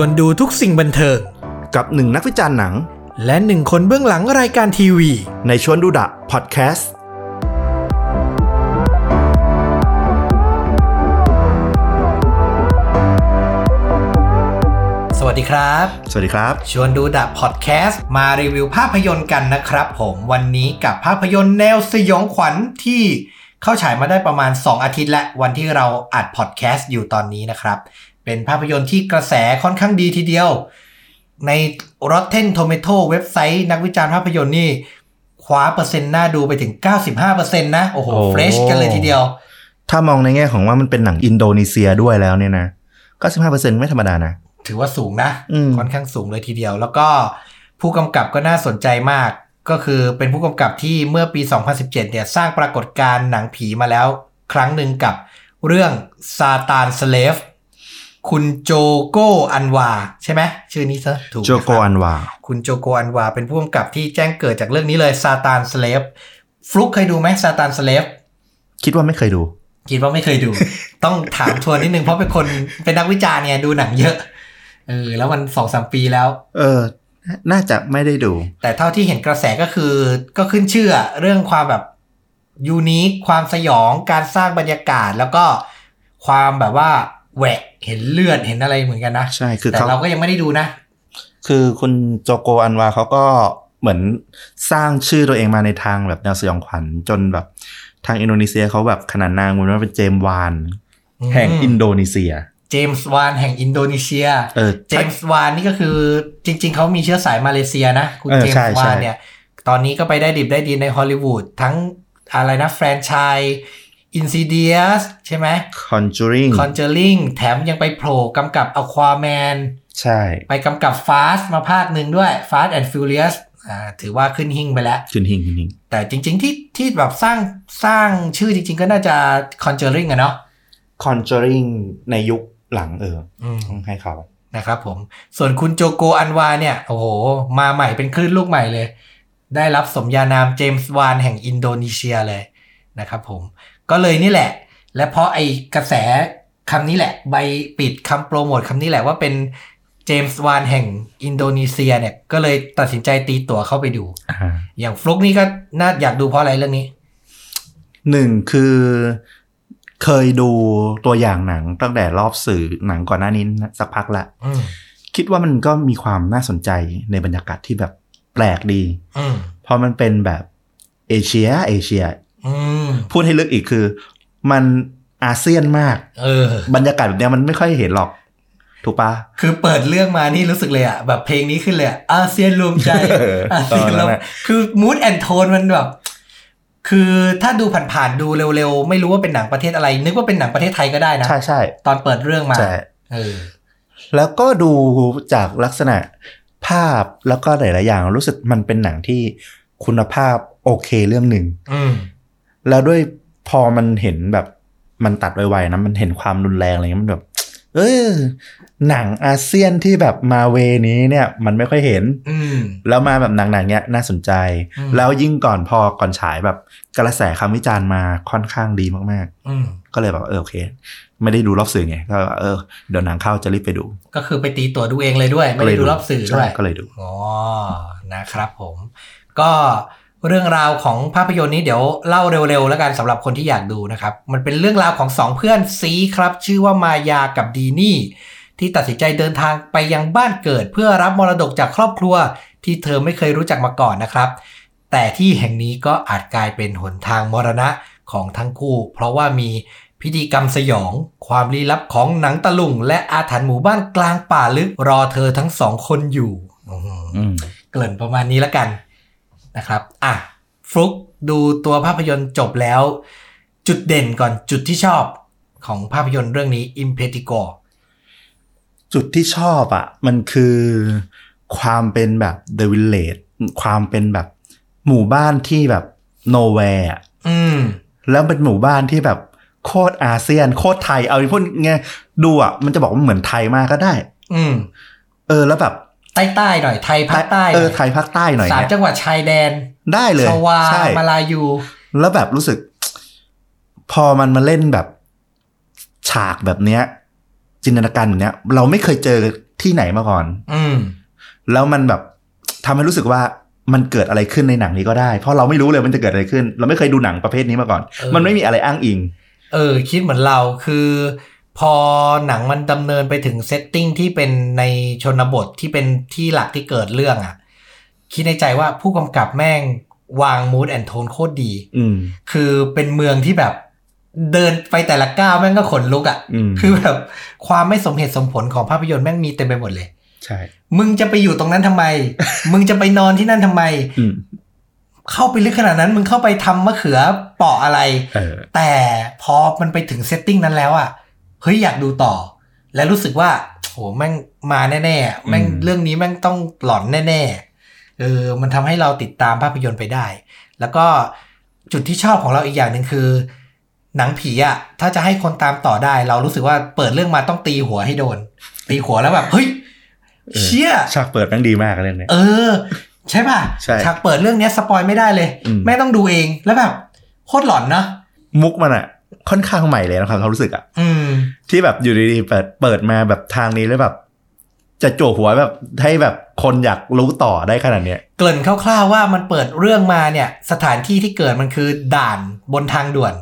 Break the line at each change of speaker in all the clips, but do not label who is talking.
วนดูทุกสิ่งบันเทิง
กับหนึ่งนักวิจารณ์หนัง
และหนึ่งคนเบื้องหลังรายการทีวี
ในชวนดูดะพอดแคสต์
สวัสดีครับ
สวัสดีครับ
ชวนดูดะพอดแคสต์มารีวิวภาพยนตร์กันนะครับผมวันนี้กับภาพยนตร์แนวสยองขวัญที่เข้าฉายมาได้ประมาณ 2 อาทิตย์และวันที่เราอัดพอดแคสต์อยู่ตอนนี้นะครับ เป็นภาพยนตร์ที่กระแสค่อนข้างดีทีเดียว ใน Rotten Tomato เว็บไซต์นักวิจารณ์ภาพยนตร์นี่คว้าเปอร์เซ็นต์หน้าดูไปถึง 95%นะโอ้โห
โอ้
เฟรชกันเลยทีเดียว
ถ้ามองในแง่ของว่ามันเป็นหนังอินโดนีเซียด้วยแล้วเนี่ยนะก็สิบห้าเปอร์เซ็นต์ไม่ธรรมดานะ
ถือว่าสูงนะ
อืม
ค่อนข้างสูงเลยทีเดียว แล้วก็ผู้กำกับก็น่าสนใจมาก ก็คือเป็นผู้กำกับที่เมื่อปี 2017 เนี่ยสร้างปรากฏการณ์หนังผีมาแล้ว ครั้งหนึ่งกับเรื่องซาตานสเลฟ คุณโจโกอันวา ใช่ไหมชื่อนี้ซะถูกไหม
โจ
ครับ
โกอันวา
คุณโจโกอันวาเป็นผู้กำกับที่แจ้งเกิดจากเรื่องนี้เลยซาตานสเลฟฟลุกเคยดูไหมซาตานสเลฟ
คิดว่าไม่เคยดู
คิดว่าไม่เคย ดู ต้องถามทวนนิดนึงเพราะเป็นคนเป็นนักวิจารณ์เนี่ยดูหนังเยอะเออแล้วมันสองสามปีแล้ว
เออ น่าจะไม่ได้ดู
แต่เท่าที่เห็นกระแสก็คือก็ขึ้นชื่อเรื่องความแบบยูนิคความสยองการสร้างบรรยากาศ แล้วก็ความแบบว่าแหวกเห็นเลือดเห็นอะไรเหมือนกันนะ
ใช่คือ
แต่
เขา
เราก็ยังไม่ได้ดูนะ
คือคุณโจโกอันวาเขาก็เหมือนสร้างชื่อตัวเองมาในทางแบบแนวสยองขวัญจนแบบทางอินโดนีเซียเขาแบบขนานนามมันว่าเป็นเจมส์วาน แห่งอินโดนีเซีย
เจมส์วานแห่งอินโดนีเซีย
เออ
เจมส์วานนี่ก็คือจริง ๆ เขามีเชื้อสายมาเลเซียนะ คุณ
เออ
เจม
ใช่
ส์
ใช่
วานเนี่ย ตอนนี้ก็ไปได้ดิบได้ดีในฮอลลีวูดทั้งอะไรนะ แฟรนไชส์อินซีเดียสใช่ไหม
Conjuring
คอนเจอริงแถมยังไปโผล่กำกับอควาแมน
ใช่
ไปกำกับฟาสมาภาคหนึ่งด้วยฟาสแอนด์ฟิวเลียสถือว่าขึ้นหิ่งไปแล้ว
ขึ้นหิงขึ้นหิง
แต่จริง ๆ ที่ที่แบบสร้างสร้างชื่อจริง ๆ ก็น่าจะคอนเจอริงอะเนาะ
Conjuring ในยุคหลังเออ
อืม
ต้องให้เขา
นะครับผม ส่วนคุณโจโกอันวาเนี่ย โอ้โห มาใหม่เป็นคลื่นลูกใหม่เลย ได้รับสมญานามเจมส์วานแห่งอินโดนีเซียเลยนะครับผม ก็เลยนี่แหละ และเพราะไอกระแสคำนี้แหละ ใบปิดคำโปรโมทคำนี้แหละว่าเป็นเจมส์วานแห่งอินโดนีเซียเนี่ย ก็เลยตัดสินใจตีตั๋วเข้าไปดู อย่างฟลุกนี่ก็น่าอยากดูเพราะอะไรเรื่องนี้
หนึ่งคือเคยดูตัวอย่างหนังตั้งแต่รอบสื่อหนังก่อนหน้านี้สักพักละ
อืม
คิดว่ามันก็มีความน่าสนใจในบรรยากาศที่แบบแปลกดี
อืม
เพราะมันเป็นแบบเอเชีย เอเชีย
อืม
พูดให้ลึกอีกคือ มันอาเซียนมาก
เออ
บรรยากาศแบบเนี้ยมันไม่ค่อยเห็นหรอก ถูกปะ
คือเปิดเรื่องมานี่รู้สึกเลยอะแบบเพลงนี้ขึ้นเลยอะอาเซียนรว มใจ
เออ
อาเซียน
ตอนนั้
รวม
นอะ
คือมูดแอนโทนมันแบบ คือถ้าดูผ่านๆดูเร็วๆ ไม่รู้ว่าเป็นหนังประเทศอะไร นึกว่าเป็นหนังประเทศไทยก็ได้นะ
ใช่ใช่
ตอนเปิดเรื่องมา
ใช่
เออ
แล้วก็ดูจากลักษณะภาพแล้วก็หลาย ๆ อย่างรู้สึกมันเป็นหนังที่คุณภาพโอเคเรื่องหนึ่ง
อืม
แล้วด้วยพอมันเห็นแบบมันตัดไวๆนะ มันเห็นความรุนแรงอะไรเงี้ยมันแบบ เออหนังอาเซียนที่แบบมาเวนี้เนี่ย มันไม่ค่อยเห็น
อืม
แล้วมาแบบหนังๆเนี้ยน่าสนใจ
อืม
แล้วยิ่งก่อนพอก่อนฉายแบบกระแสคำวิจารณ์มาค่อนข้างดีมาก
อืม
ๆ ก็เลยแบบเออโอเค ไม่ได้ดูรอบสื่อไงก็เออเดี๋ยวหนังเข้าจะรีบไปดู
ก็คือไปตีตั๋วดูเองเลยด้วย ไม่ได้ดูรอบสื่อด้
ใช่
วย
ก็เลยดู
อ๋อ นะครับผม ก็เรื่องราวของภาพยนตร์นี้เดี๋ยวเล่าเร็วๆ แล้วกันสำหรับคนที่อยากดูนะครับ มันเป็นเรื่องราวของสองเพื่อนซีครับ ชื่อว่ามายากับดีนี่ ที่ตัดสินใจเดินทางไปยังบ้านเกิด เพื่อรับมรดกจากครอบครัว ที่เธอไม่เคยรู้จักมาก่อนนะครับ แต่ที่แห่งนี้ก็อาจกลายเป็นหนทางมรณะของทั้งคู่ เพราะว่ามีพิธีกรรมสยอง ความลี้ลับของหนังตะลุง และอาถรรพ์หมู่บ้านกลางป่าลึกรอเธอทั้งสองคนอยู่อื้อหือ
อืม
เกริ่นประมาณนี้ละกันนะครับ อ่ะฟลุกดูตัวภาพยนตร์จบแล้ว จุดเด่นก่อนจุดที่ชอบของภาพยนตร์เรื่องนี้ i m p e t i g o
จุดที่ชอบอะ่ะ มันคือความเป็นแบบ The Village ความเป็นแบบหมู่บ้านที่แบบ nowhere อะ
อืม
แล้วเป็นหมู่บ้านที่แบบโคตรอาเซียน โคตรไทย เอาพูดไงายๆดูอะ่ะ มันจะบอกว่าเหมือนไทยมากก็ได้
อืม
เออ แล้วแบบ
ใต้ใต้ๆหน่อยไทยภาคใต้
เออไทยภาคใต้หน่อย
สาม
เนี่ย
จังหวัดชายแดน
ได้เลย
ชวา
ใช่
มาลายู
แล้วแบบรู้สึก พอมันมาเล่นแบบฉากแบบเนี้ย จินตนาการแบบเนี้ย เราไม่เคยเจอ ที่ไหนมาก่อน
อืม
แล้วมันแบบทำให้รู้สึกว่ามันเกิดอะไรขึ้นในหนังนี้ก็ได้ เพราะเราไม่รู้เลยมันจะเกิดอะไรขึ้น เราไม่เคยดูหนังประเภทนี้มาก่อน
เออ
มันไม่มีอะไรอ้างอิง
เออ คิดเหมือนเราคือ พอหนังมันดำเนินไปถึงเซตติ้งที่เป็นในชนบทที่เป็นที่หลักที่เกิดเรื่องอะ่ะ คิดในใจว่าผู้กำกับแม่งวางมูดแอนโทนโคตรดี
อืม
คือเป็นเมืองที่แบบเดินไปแต่ละก้าวแม่งก็ขนลุกอะ่ะ
อืม
คือแบบความไม่สมเหตุสมผลของภาพยนตร์แม่งมีเต็มไปหมดเลย
ใช่
มึงจะไปอยู่ตรงนั้นทำไม มึงจะไปนอนที่นั่นทำไม
อืม
เข้าไปลึกขนาดนั้น มึงเข้าไปทำมะเขือเปาะอะไร
เออ
แต่พอมันไปถึงเซตติ้งนั้นแล้วอะเฮ้ยอยากดูต่อ และรู้สึกว่าโหแม่งมาแน่ๆแม่ง
อืม
เรื่องนี้แม่งต้องหลอนแน่ๆเออมันทำให้เราติดตามภาพยนตร์ไปได้ แล้วก็จุดที่ชอบของเราอีกอย่างหนึ่งคือ หนังผีอะถ้าจะให้คนตามต่อได้ เรารู้สึกว่าเปิดเรื่องมาต้องตีหัวให้โดน ตีหัวแล้วแบบเฮ้ยเชี่ย
ฉากเปิดแม่งดีมากเรื่องเนี้ย
เออ ใช่ป่ะ
ใช่
ฉากเปิดเรื่องเนี้ยสปอยไม่ได้เลย
อืม
แม่ต้องดูเองแล้วแบบโคตรหลอนเนาะ
มุกมันอะค่อนข้างใหม่เลยนะครับเขามรู้สึกอะ
อืม
ที่แบบอยู่ดีๆเปิดเปิดมาแบบทางนี้แล้วแบบ จะโจวหัวแบบให้แบบคนอยากรู้ต่อได้ขนาดเนี้ย
เกริ่นคร่าวๆว่ามันเปิดเรื่องมาเนี่ย สถานที่ที่เกิดมันคือด่านบนทางด่วน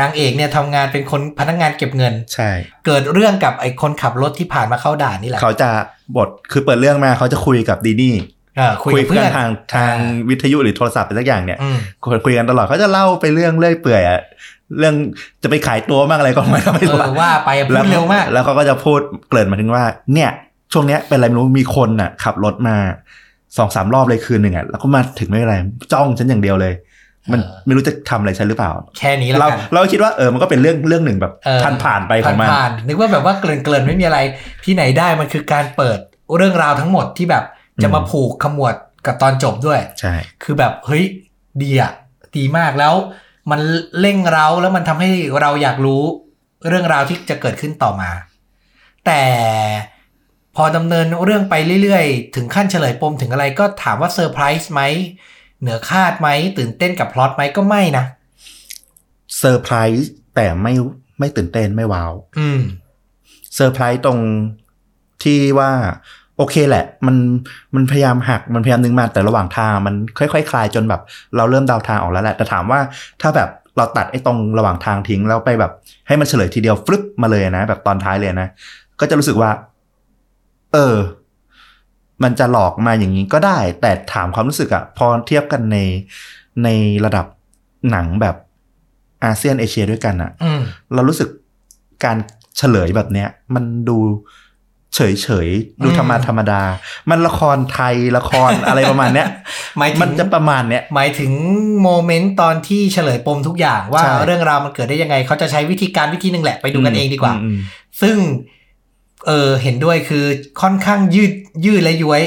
นางเอกเนี่ยทำงานเป็นคนพนักงานเก็บเงิน
ใช่
เกิดเรื่องกับไอ้คนขับรถที่ผ่านมาเข้าด่านนี่แหละ
เขาจะบทคือเปิดเรื่องมาเขาจะคุยกับดีนี่
เออคุยกับเพื่อน
ทางทางวิทยุหรือโทรศัพท์อะไรสักอย่างเนี่ย
อืม
คุยคุยกันตลอดเขาจะเล่าไปเรื่องเรื่อยเปื่อยอะเรื่องจะไปขายตัวบ้างอะไรก็ไม่ไม่
เอ
รู้
อว่าไปพูดเร็วมาก
แล้วเขาก็จะพูดเกริ่นมาถึงว่า เนี่ย ช่วงเนี้ยเป็นอะไรไม่รู้มีคนน่ะ ขับรถมาสองสามรอบเลยคืนหนึ่งอ่ะแล้วก็มาถึงไม่เป็นไรจ้องฉันอย่างเดียวเลย มัน
เออ
ไม่รู้จะทำอะไรฉันหรือเปล่า
แค่นี้แล้ว
เรา
กัน
เราคิดว่าเออมันก็เป็นเรื่องเรื่องหนึ่งแบบ
เออ
ผ่านผ่านๆไปของมัน
ผ่านๆนึกว่าแบบว่าเกริ่นๆไม่มีอะไรที่ไหนได้มันคือการเปิดเรื่องราวทั้งหมดที่แบบจะมา
อืม
ผูกขมวดกับตอนจบด้วย
ใช่
คือแบบเฮ้ยดีอะดีมากแล้ว มันเร่งเร้าแล้วมันทำให้เราอยากรู้เรื่องราวที่จะเกิดขึ้นต่อมา แต่พอดำเนินเรื่องไปเรื่อยๆ ถึงขั้นเฉลยปมถึงอะไรก็ถามว่าเซอร์ไพรส์ไหม เหนือคาดไหม ตื่นเต้นกับพล็อตไหมก็ไม่นะ
เซอร์ไพรส์แต่ไม่ไม่ตื่นเต้นไม่ว้าว
อืม
เซอร์ไพรส์ตรงที่ว่า โอเคแหละ มันมันพยายามหักมันพยายามนึงมาแต่ระหว่างทางมันค่อยๆคลายจนแบบ เราเริ่มเดาทางออกแล้วแหละ แต่ถามว่าถ้าแบบเราตัดไอ้ตรงระหว่างทางทิ้งแล้วไปแบบ ให้มันเฉลยทีเดียวฟลึบมาเลยนะ แบบตอนท้ายเลยนะ ก็จะรู้สึกว่า เออ มันจะหลอกมาอย่างนี้ก็ได้ แต่ถามความรู้สึกอะพอเทียบกันในในระดับหนังแบบอาเซียนเอเชียด้วยกันอะ
อืม
เรารู้สึกการเฉลยแบบเนี้ย มันดูเฉยเฉยๆดู
อืม
ธรรมดาธรรมดา มันละครไทยละคร อะไรประมาณเนี้ย
หมายถึง
มันจะประมาณเนี้ย
หมายถึงโมเมนต์ตอนที่เฉลยปมทุกอย่างว่า
ใช่
เรื่องราวมันเกิดได้ยังไง เขาจะใช้วิธีการวิธีหนึ่งแหละไปดูกันเองดีกว่า
อืม
ซึ่งเออเห็นด้วยคือค่อนข้างยืดยืดและย้วย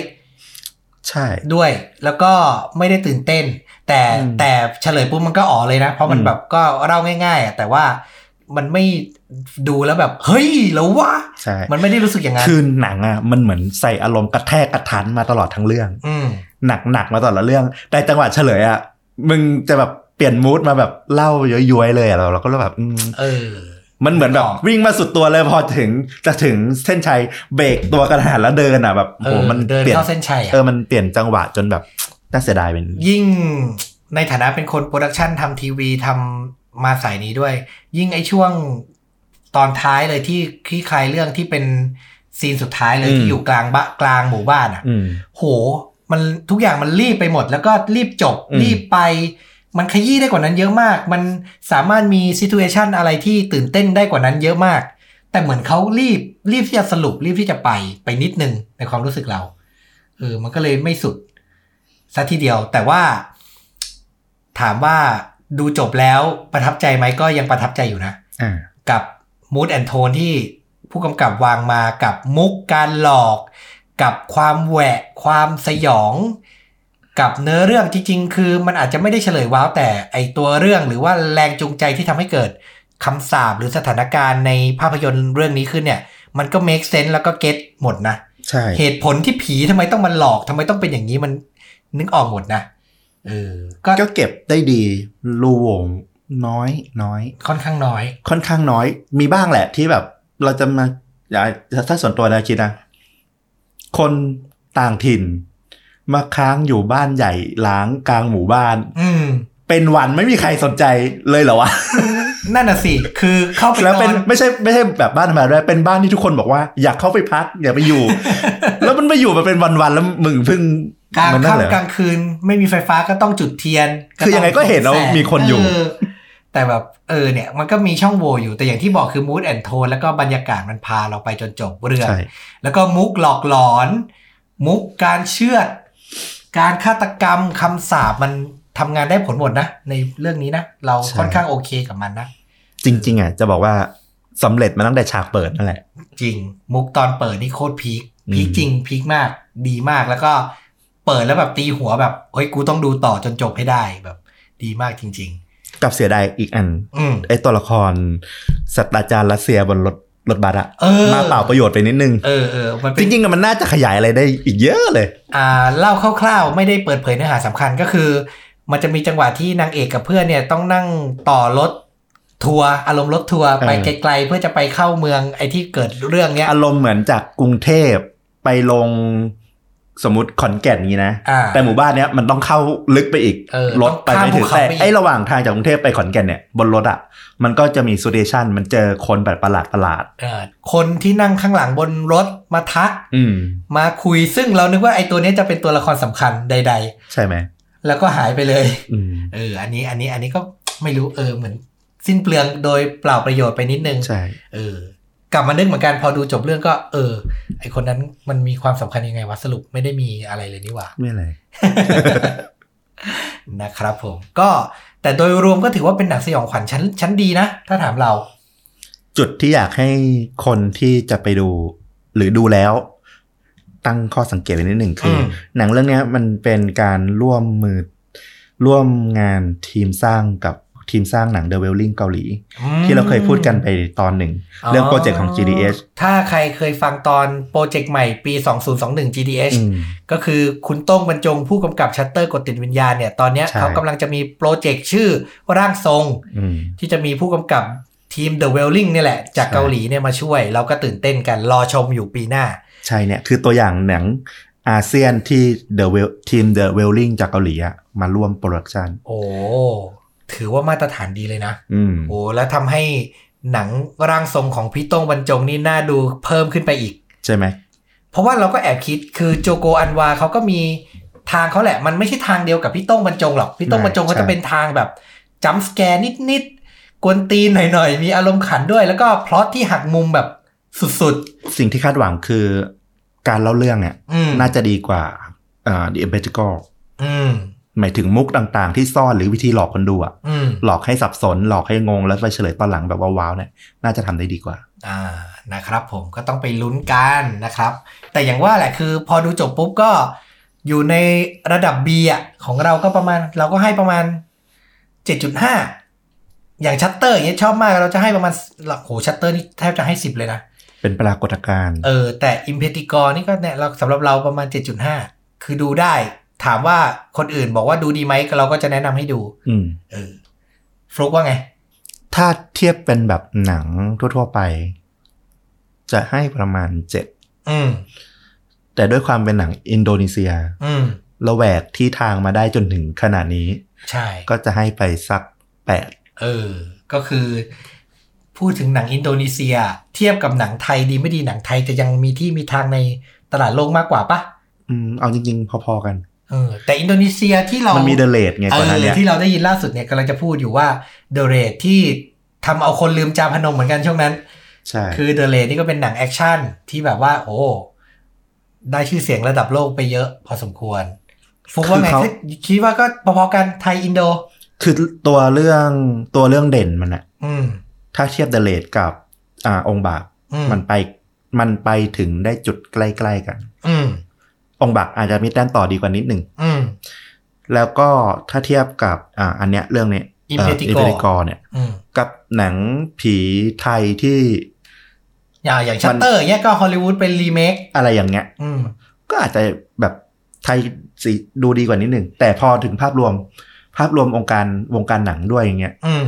ใช่
ด้วย แล้วก็ไม่ได้ตื่นเต้น แต่
อืม
แต่เฉลยปุ๊บมันก็อ๋อเลยนะ เพราะมัน
อืม
แบบก็เล่าง่ายๆอะแต่ว่ามันไม่ดูแล้วแบบ เฮ้ยแล้ววะ
ใช่
มันไม่ได้รู้สึกอย่างนั้น
คือหนังอ่ะมันเหมือนใส่อารมณ์กระแทกกระทันมาตลอดทั้งเรื่อง
อืม
หนักหนักมาตลอดเรื่อง แต่จังหวะเฉลยอ่ะมึงจะแบบเปลี่ยนมูดมาแบบเล่าย้อยๆเลยอะเราเราก็เลยแบบอืม
เออ
มันเหมือนแบบ
ต่อ
วิ่งมาสุดตัวเลยพอถึงจะถึงเส้นชัยเบรกตัวกระหันแล้วเดินอ่ะแบบโอ้โห
เออ
มัน
เดินเข้าเส้นชัยอะ
เออมันเปลี่ยนจังหวะจนแบบ น่าเสียดายเป็น
ยิ่งในฐานะเป็นคนโปรดักชันทำทีวีทำมาสายนี้ด้วย ยิ่งไอช่วงตอนท้ายเลยที่คลี่คลายเรื่องที่เป็นซีนสุดท้ายเลย
อืม
ที่อยู่กลางบะกลางหมู่บ้านอ่ะ
อืม
โห มันทุกอย่างมันรีบไปหมด แล้วก็รีบจบ
อืม
รีบไป มันขยี้ได้กว่านั้นเยอะมาก มันสามารถมีซิ t u a t ชันอะไรที่ตื่นเต้นได้กว่านั้นเยอะมาก แต่เหมือนเขารีบรีบที่จะสรุปรีบที่จะไปไปนิดนึงในความรู้สึกเราเออมันก็เลยไม่สุดซะทีเดียว แต่ว่า ถามว่าดูจบแล้วประทับใจไหมก็ยังประทับใจอยู่นะ
อ่า
กับมูดแอนโทนที่ผู้กำกับวางมากับมุกการหลอก กับความแหวะ ความสยอง กับเนื้อเรื่องจริงๆ คือมันอาจจะไม่ได้เฉลยว้าวแต่ไอตัวเรื่องหรือว่าแรงจูงใจที่ทำให้เกิดคำสาบหรือสถานการณ์ในภาพยนตร์เรื่องนี้ขึ้นเนี่ย มันก็ make sense แล้วก็ get หมดนะ
ใช่
เหตุผลที่ผีทำไมต้องมันหลอกทำไมต้องเป็นอย่างนี้มันนึกออกหมดนะเออก็
ก็เก็บได้ดีรูโหวงน้อยน้อย
ค่อนข้างน้อย
ค่อนข้างน้อย มีบ้างแหละที่แบบ เราจะมาอย่าถ้าส่วนตัวเราคิดนะ คนต่างถิ่น มาค้างอยู่บ้านใหญ่ล้างกลางหมู่บ้าน
อืม
เป็นวันไม่มีใครสนใจเลยเหรอวะ
นั่นน่ะสิคือเข้าไป
แล้วเป็น
นอน
ไม่ใช่ไม่ใช่แบบบ้านธรรมดาด้วยเป็นบ้านที่ทุกคนบอกว่าอยากเข้าไปพักอย่าไป อยู่ แล้วมันไปอยู่มาเป็นวันๆแล้วมึงเพิ่ง
กลาง
มันนั่นเหรอ
ค่ำกลางคืน ไม่มีไฟฟ้าก็ต้องจุดเทียน
คือยังไงก็เห็นแล้ว
ต้งส่
มีคนอยู่
เแต่แบบเออเนี่ย มันก็มีช่องโหว่อยู่แต่อย่างที่บอกคือ mood and tone แล้วก็บรรยากาศมันพาเราไปจนจบเรื่อง
ใช่
แล้วก็มุกหลอกหลอน มุกการเชื่อด การฆาตกรรมคำสาปมันทำงานได้ผลหมดนะ ในเรื่องนี้นะ เรา
ใช่
ค่อนข้างโอเคกับมันนะ
จริง ๆอ่ะจะบอกว่าสำเร็จมาตั้งแต่ฉากเปิดนั่นแหละ
จริง มุกตอนเปิดนี่โคตรพีค
อืม
พีคจริงพีคมาก ดีมากแล้วก็เปิดแล้วแบบตีหัวแบบเฮ้ยกูต้องดูต่อจนจบให้ได้แบบ ดีมากจริง
กับเสียดายอีกอัน
ๆ อืม
ไอ้ตัวละครศาสตราจารย์รัสเซียบนรถรถบัสอะ
เออ
มาเปล่าประโยชน์ไปนิดนึง
เออเออมันเป็
จ
น
ริงๆอะมันน่าจะขยายอะไรได้อีกเยอะเลย
อ่าเล่าคร่าวๆ ไม่ได้เปิดเผยเนื้อหาสำคัญก็คือ มันจะมีจังหวะที่นางเอกกับเพื่อนเนี่ยต้องนั่งต่อรถทัวร์อารมณ์รถทัวร์ไป
เออ
ไกลๆเพื่อจะไปเข้าเมืองไอ้ที่เกิดเรื่องเนี้ย
อารมณ์เหมือนจากกรุงเทพไปลงสมมติขอนแก่นนี้นะ
อ่า
แต่หมู่บ้านเนี้ยมันต้องเข้าลึกไปอีก
เออ
รถไปไม่ถึง
ต้องข้ามภูเขา
แต่
ไปอีก
ไอ้ระหว่างทางจากกรุงเทพไปขอนแก่นเนี่ยบนรถอ่ะมันก็จะมีสเตชันมันเจอคนแบบประหลาดประหลาด
เออคนที่นั่งข้างหลังบนรถมาทัก
ๆอืม
มาคุยซึ่งเรานึกว่าไอ้ตัวเนี้ยจะเป็นตัวละครสำคัญใด ๆ
ใช่ไหม
แล้วก็หายไปเลย
อืม
เออ อันนี้ อันนี้ อันนี้ก็ไม่รู้ เออ เหมือน สิ้นเปลืองโดยเปล่าประโยชน์ไปนิดนึง
ใช่
เออ กลับมานึกเหมือนกันพอดูจบเรื่องก็ เออ ไอคนนั้นมันมีความสำคัญยังไงวะ สรุปไม่ได้มีอะไรเลยนี่หว่า
ไม่อะไร
นะครับผม ก็ แต่โดยรวมก็ถือว่าเป็นหนังสยองขวัญชั้น ชั้นดีนะ ถ้าถามเรา
จุดที่อยากให้คนที่จะไปดู หรือดูแล้ว ตั้งข้อสังเกตไว้นิดหนึ่งคืออ
ม
หนังเรื่องเนี้ยมันเป็นการร่วมมือ ร่วมงานทีมสร้างกับทีมสร้างหนัง The Wailing เกาหลี
อืม
ที่เราเคยพูดกันไปตอนหนึ่ง เรื่องโปรเจกต์ของ GDH
ถ้าใครเคยฟังตอนโปรเจกต์ใหม่ปี 2021 GDH
อืม
ก็คือคุณโต้งบรรจงผู้กำกับชัตเตอร์กดติดวิญญาณเนี่ย ตอนเนี้ย
ใช่
เขากำลังจะมีโปรเจกต์ชื่อร่างทรง
อืม
ที่จะมีผู้กำกับทีม The Wailing เนี่ยแหละ จาก
ใช่
เกาหลีเนี่ยมาช่วย เราก็ตื่นเต้นกันรอชมอยู่ปีหน้า
ใช่เนี่ย คือตัวอย่างหนังอาเซียนที่ The Well ทีม The Wailing จากเกาหลีอะมาร่วมโปรดักชัน
โอ้ ถือว่ามาตรฐานดีเลยนะ
อืม
โอ้ แล้วทำให้หนังร่างทรงของพี่โต้งบรรจงนี่น่าดูเพิ่มขึ้นไปอีก
ใช่ไหม
เพราะว่าเราก็แอบคิดคือโจโกอันวาเขาก็มีทางเขาแหละ มันไม่ใช่ทางเดียวกับพี่โต้งบรรจงหรอก พี่โต้งบรรจงเขา
ใช่
จะเป็นทางแบบจัมป์สแกร์นิดๆกวนตีนหน่อยๆ มีอารมณ์ขันด้วย แล้วก็พล็อตที่หักมุมแบบสุด
สิ่งที่คาดหวังคือการเล่าเรื่องเนี่ย
ๆ อืม
น่าจะดีกว่าเอ่อ The e m p e t i c a l
อืม
หมายถึงมุกต่างๆ ที่ซ่อนหรือวิธีหลอกคนดูอะ
อืม
หลอกให้สับสน หลอกให้งง แล้วไปเฉลยตอนหลังแบบว้าวๆเนี่ยน่าจะทำได้ดีกว่า
อ่านะครับผมก็ต้องไปลุ้นกันนะครับ แต่อย่างว่าแหละคือพอดูจบปุ๊บก็อยู่ในระดับ B อ่ะของเราก็ประมาณเราก็ให้ประมาณ 7.5 อย่างชัตเตอร์อย่างเงี้ยชอบมากเราจะให้ประมาณโหชัตเตอร์นี่แทบจะให้ 10 เลยนะ
เป็นปรากฏการณ์
เออ แต่อิมเพติกรนี่ก็เนี่ยเราสำหรับเราประมาณ 7.5 คือดูได้ ถามว่าคนอื่นบอกว่าดูดีไหมเราก็จะแนะนำให้ดู
อืม
เออฟลุกว่าไง
ถ้าเทียบเป็นแบบหนังทั่วๆไป จะให้ประมาณเจ็ด
อืม
แต่ด้วยความเป็นหนังอินโดนีเซีย
อืม
ระแวกที่ทางมาได้จนถึงขนาดนี้
ใช่
ก็จะให้ไปสักแปด
เออ ก็คือ พูดถึงหนังอินโดนีเซีย เทียบกับหนังไทยดีไม่ดีหนังไทยจะยังมีที่มีทางในตลาดโลกมากกว่าปะ
อืมเอาจริงๆ พอๆกัน
เออ แต่อินโดนีเซียที่เรา
มั
มัน
มีเดเลดไง
เอ
ก่อนหน้า
อ
เนี้ย
ที่เราได้ยินล่าสุดเนี่ยกำลังจะพูดอยู่ว่าเด e r เร e ที่ทำเอาคนลืมจาพนมเหมือนกันช่วงนั้น
ใช่
คือเด e r เร e นี่ก็เป็นหนังแอคชั่นที่แบบว่า โอ้ ได้ชื่อเสียงระดับโลกไปเยอะ พอสมควรฟุกว่าไงคิดว่าก็พอๆกันไทยอินโด
คือตัวเรื่องตัวเรื่องเด่นมันอะ
อืม
ถ้าเทียบเดเลดกับอ่าองค์บาก
อืม
มันไปมันไปถึงได้จุดใกล้ๆกัน
อืม
องค์บากอาจจะมีแต้มต่อดีกว่านิดหนึ่ง
อืม
แล้วก็ถ้าเทียบกับอ่าอันเนี้ยเรื่องเนี้ย
Impeticore
เพติกอเนี่ย
อืม
กับหนังผีไทยที่
อย่างอย่าง
มัน
ชัตเตอร์เนี่ยก็ฮอลลีวูดเป็นรีเมค
อะไรอย่างเงี้ย
อืม
ก็อาจจะแบบไทยสีดูดีกว่านิดหนึ่ง แต่พอถึงภาพรวม ภาพรวมองค์การวงการหนังด้วยอย่างเงี้ย
อืม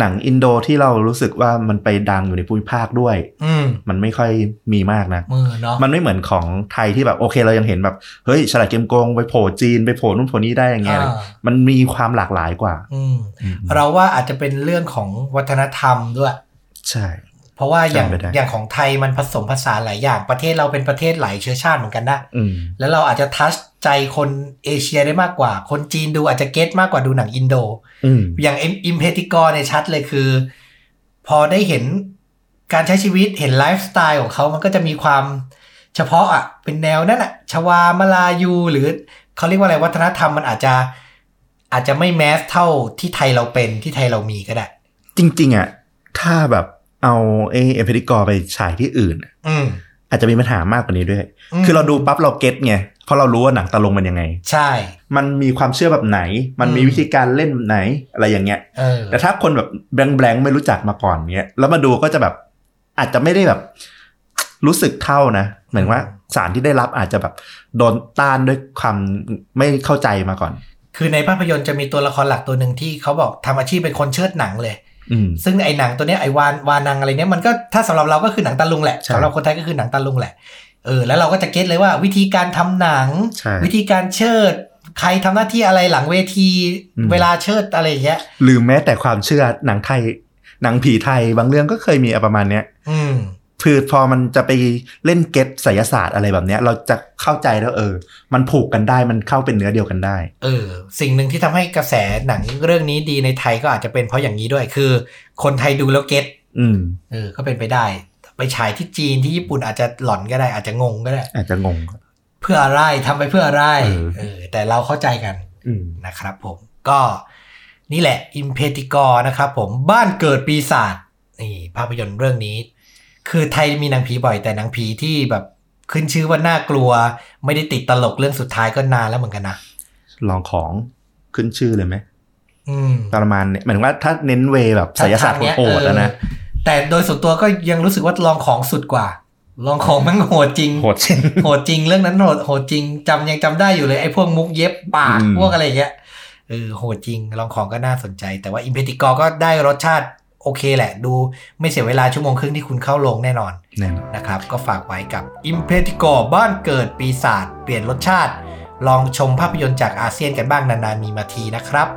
หนังอินโดที่เรารู้สึกว่ามันไปดังอยู่ในภูมิภาคด้วย
อืม
มันไม่ค่อยมีมากนะ
มือเนาะ
มันไม่เหมือนของไทยที่แบบโอเคเรายังเห็นแบบ เฮ้ยฉลาดเกมโกงไปโผล่จีนไปโผล่นู่นโผล่นี่ได้อย่างเงี้ย
อ่า
มันมีความหลากหลายกว่า
อืม
อืม
เราว่าอาจจะเป็นเรื่องของวัฒนธรรมด้วย
ใช่
เพราะว่าอย่าง
ใช่ไม่ได้
อย่างของไทยมันผสมผสานหลายอย่างประเทศเราเป็นประเทศหลายเชื้อชาติเหมือนกันนะ
อืม
แล้วเราอาจจะทัชใจคนเอเชียได้มากกว่า คนจีนดูอาจจะเก็ตมากกว่าดูหนังอินโด
อืม
อย่างอิมเพติกรเนี่ยชัดเลยคือ พอได้เห็นการใช้ชีวิตเห็นไลฟ์สไตล์ของเขามันก็จะมีความเฉพาะอ่ะเป็นแนวนั่นอ่ะชวามาลายู หรือเขาเรียกว่าอะไรวัฒนธรรมมันอาจจะอาจจะไม่แมสเท่าที่ไทยเราเป็นที่ไทยเรามีก็ได้
จริงๆอ่ะถ้าแบบเอาเอเอพิกอไปฉายที่อื่น
อืม
อาจจะมีปัญหามากกว่านี้ด้วย
ม
คือเราดูปั๊บเราเก็ตไงเพราะเรารู้ว่าหนังตะลงมันยังไง
ใช่
มันมีความเชื่อแบบไหน มันมี
อืม
วิธีการเล่นแบบไหนอะไรอย่างเงี้ย
เออ
แต่ถ้าคนแบบแบงค์ๆไม่รู้จักมาก่อนเงี้ยแล้วมาดูก็จะแบบอาจจะไม่ได้แบบ รู้สึกเท่านะเหมือนว่าสารที่ได้รับอาจจะแบบโดนต้านด้วยความไม่เข้าใจมาก่อน
คือในภาพยนตร์จะมีตัวละครหลักตัวหนึ่งที่เขาบอกทำอาชีพเป็นคนเชิดหนังเลย
อืม
ซึ่งไอ้หนังตัวเนี้ยไอ้วานวานังอะไรเนี้ยมันก็ถ้าสำหรับเราก็คือหนังตะลุงแหละ
ใช่
สำหรับคนไทยก็คือหนังตะลุงแหละเออแล้วเราก็จะเก็ตเลยว่าวิธีการทำหนัง
ใช่
วิธีการเชิด ใครทำหน้าที่อะไรหลังเวที
อืม
เวลาเชิดอะไรอย่างเงี้ย
หรือแม้แต่ความเชื่อหนังไทย หนังผีไทยบางเรื่องก็เคยมีอะประมาณเนี้ย
อืม
คือพอมันจะไปเล่นเก็ตไสยศาสตร์อะไรแบบเนี้ย เราจะเข้าใจแล้วเออ มันผูกกันได้มันเข้าเป็นเนื้อเดียวกันได้
เออสิ่งหนึ่งที่ทำให้กระแสหนังเรื่องนี้ดีในไทยก็อาจจะเป็นเพราะอย่างนี้ด้วยคือ คนไทยดูแล้วเก็ต
อืม
เออก็เป็นไปได้ ไปฉายที่จีนที่ญี่ปุ่นอาจจะหลอนก็ได้อาจจะงงก็ได้
อาจจะงง
เพื่ออะไรทำไปเพื่ออะไร
เออ
เออแต่เราเข้าใจกัน
อืม
นะครับผมก็นี่แหละอิมเพติกรนะครับผมบ้านเกิดปีศาจนี่ภาพยนตร์เรื่องนี้ คือไทยมีหนังผีบ่อยแต่หนังผีที่แบบขึ้นชื่อว่าน่ากลัว ไม่ได้ติดตลกเรื่องสุดท้ายก็นานแล้วเหมือนกันนะ
ลองของขึ้นชื่อเลยไหม
อืม
ประมาณเนี่ยหมายถึงว่าถ้าเน้นเวแบบศิลศาสตร์โหดๆอะนะ
เออแต่โดยส่วนตัวก็ยังรู้สึกว่าลองของสุดกว่า ลองของมันโหดจริง
โหดเช่น
โหดจริงเรื่องนั้นโหดโหดจริงจำยังจำได้อยู่เลยไอ้พวกมุกเย็บปาก
อืม
พวกอะไรอย่างเงี้ยเออโหดจริงลองของก็น่าสนใจ แต่ว่าอิมเพติกอก็ได้รสชาติโอเคแหละ ดูไม่เสียเวลาชั่วโมงครึ่งที่คุณเข้าลงแน่นอน
แน่นอน
นะครับ ก็ฝากไว้กับอิมเพติกอบ้านเกิดปีศาจเปลี่ยนรสชาติ ลองชมภาพยนตร์จากอาเซียนกันบ้างนานๆมีมาทีนะครับ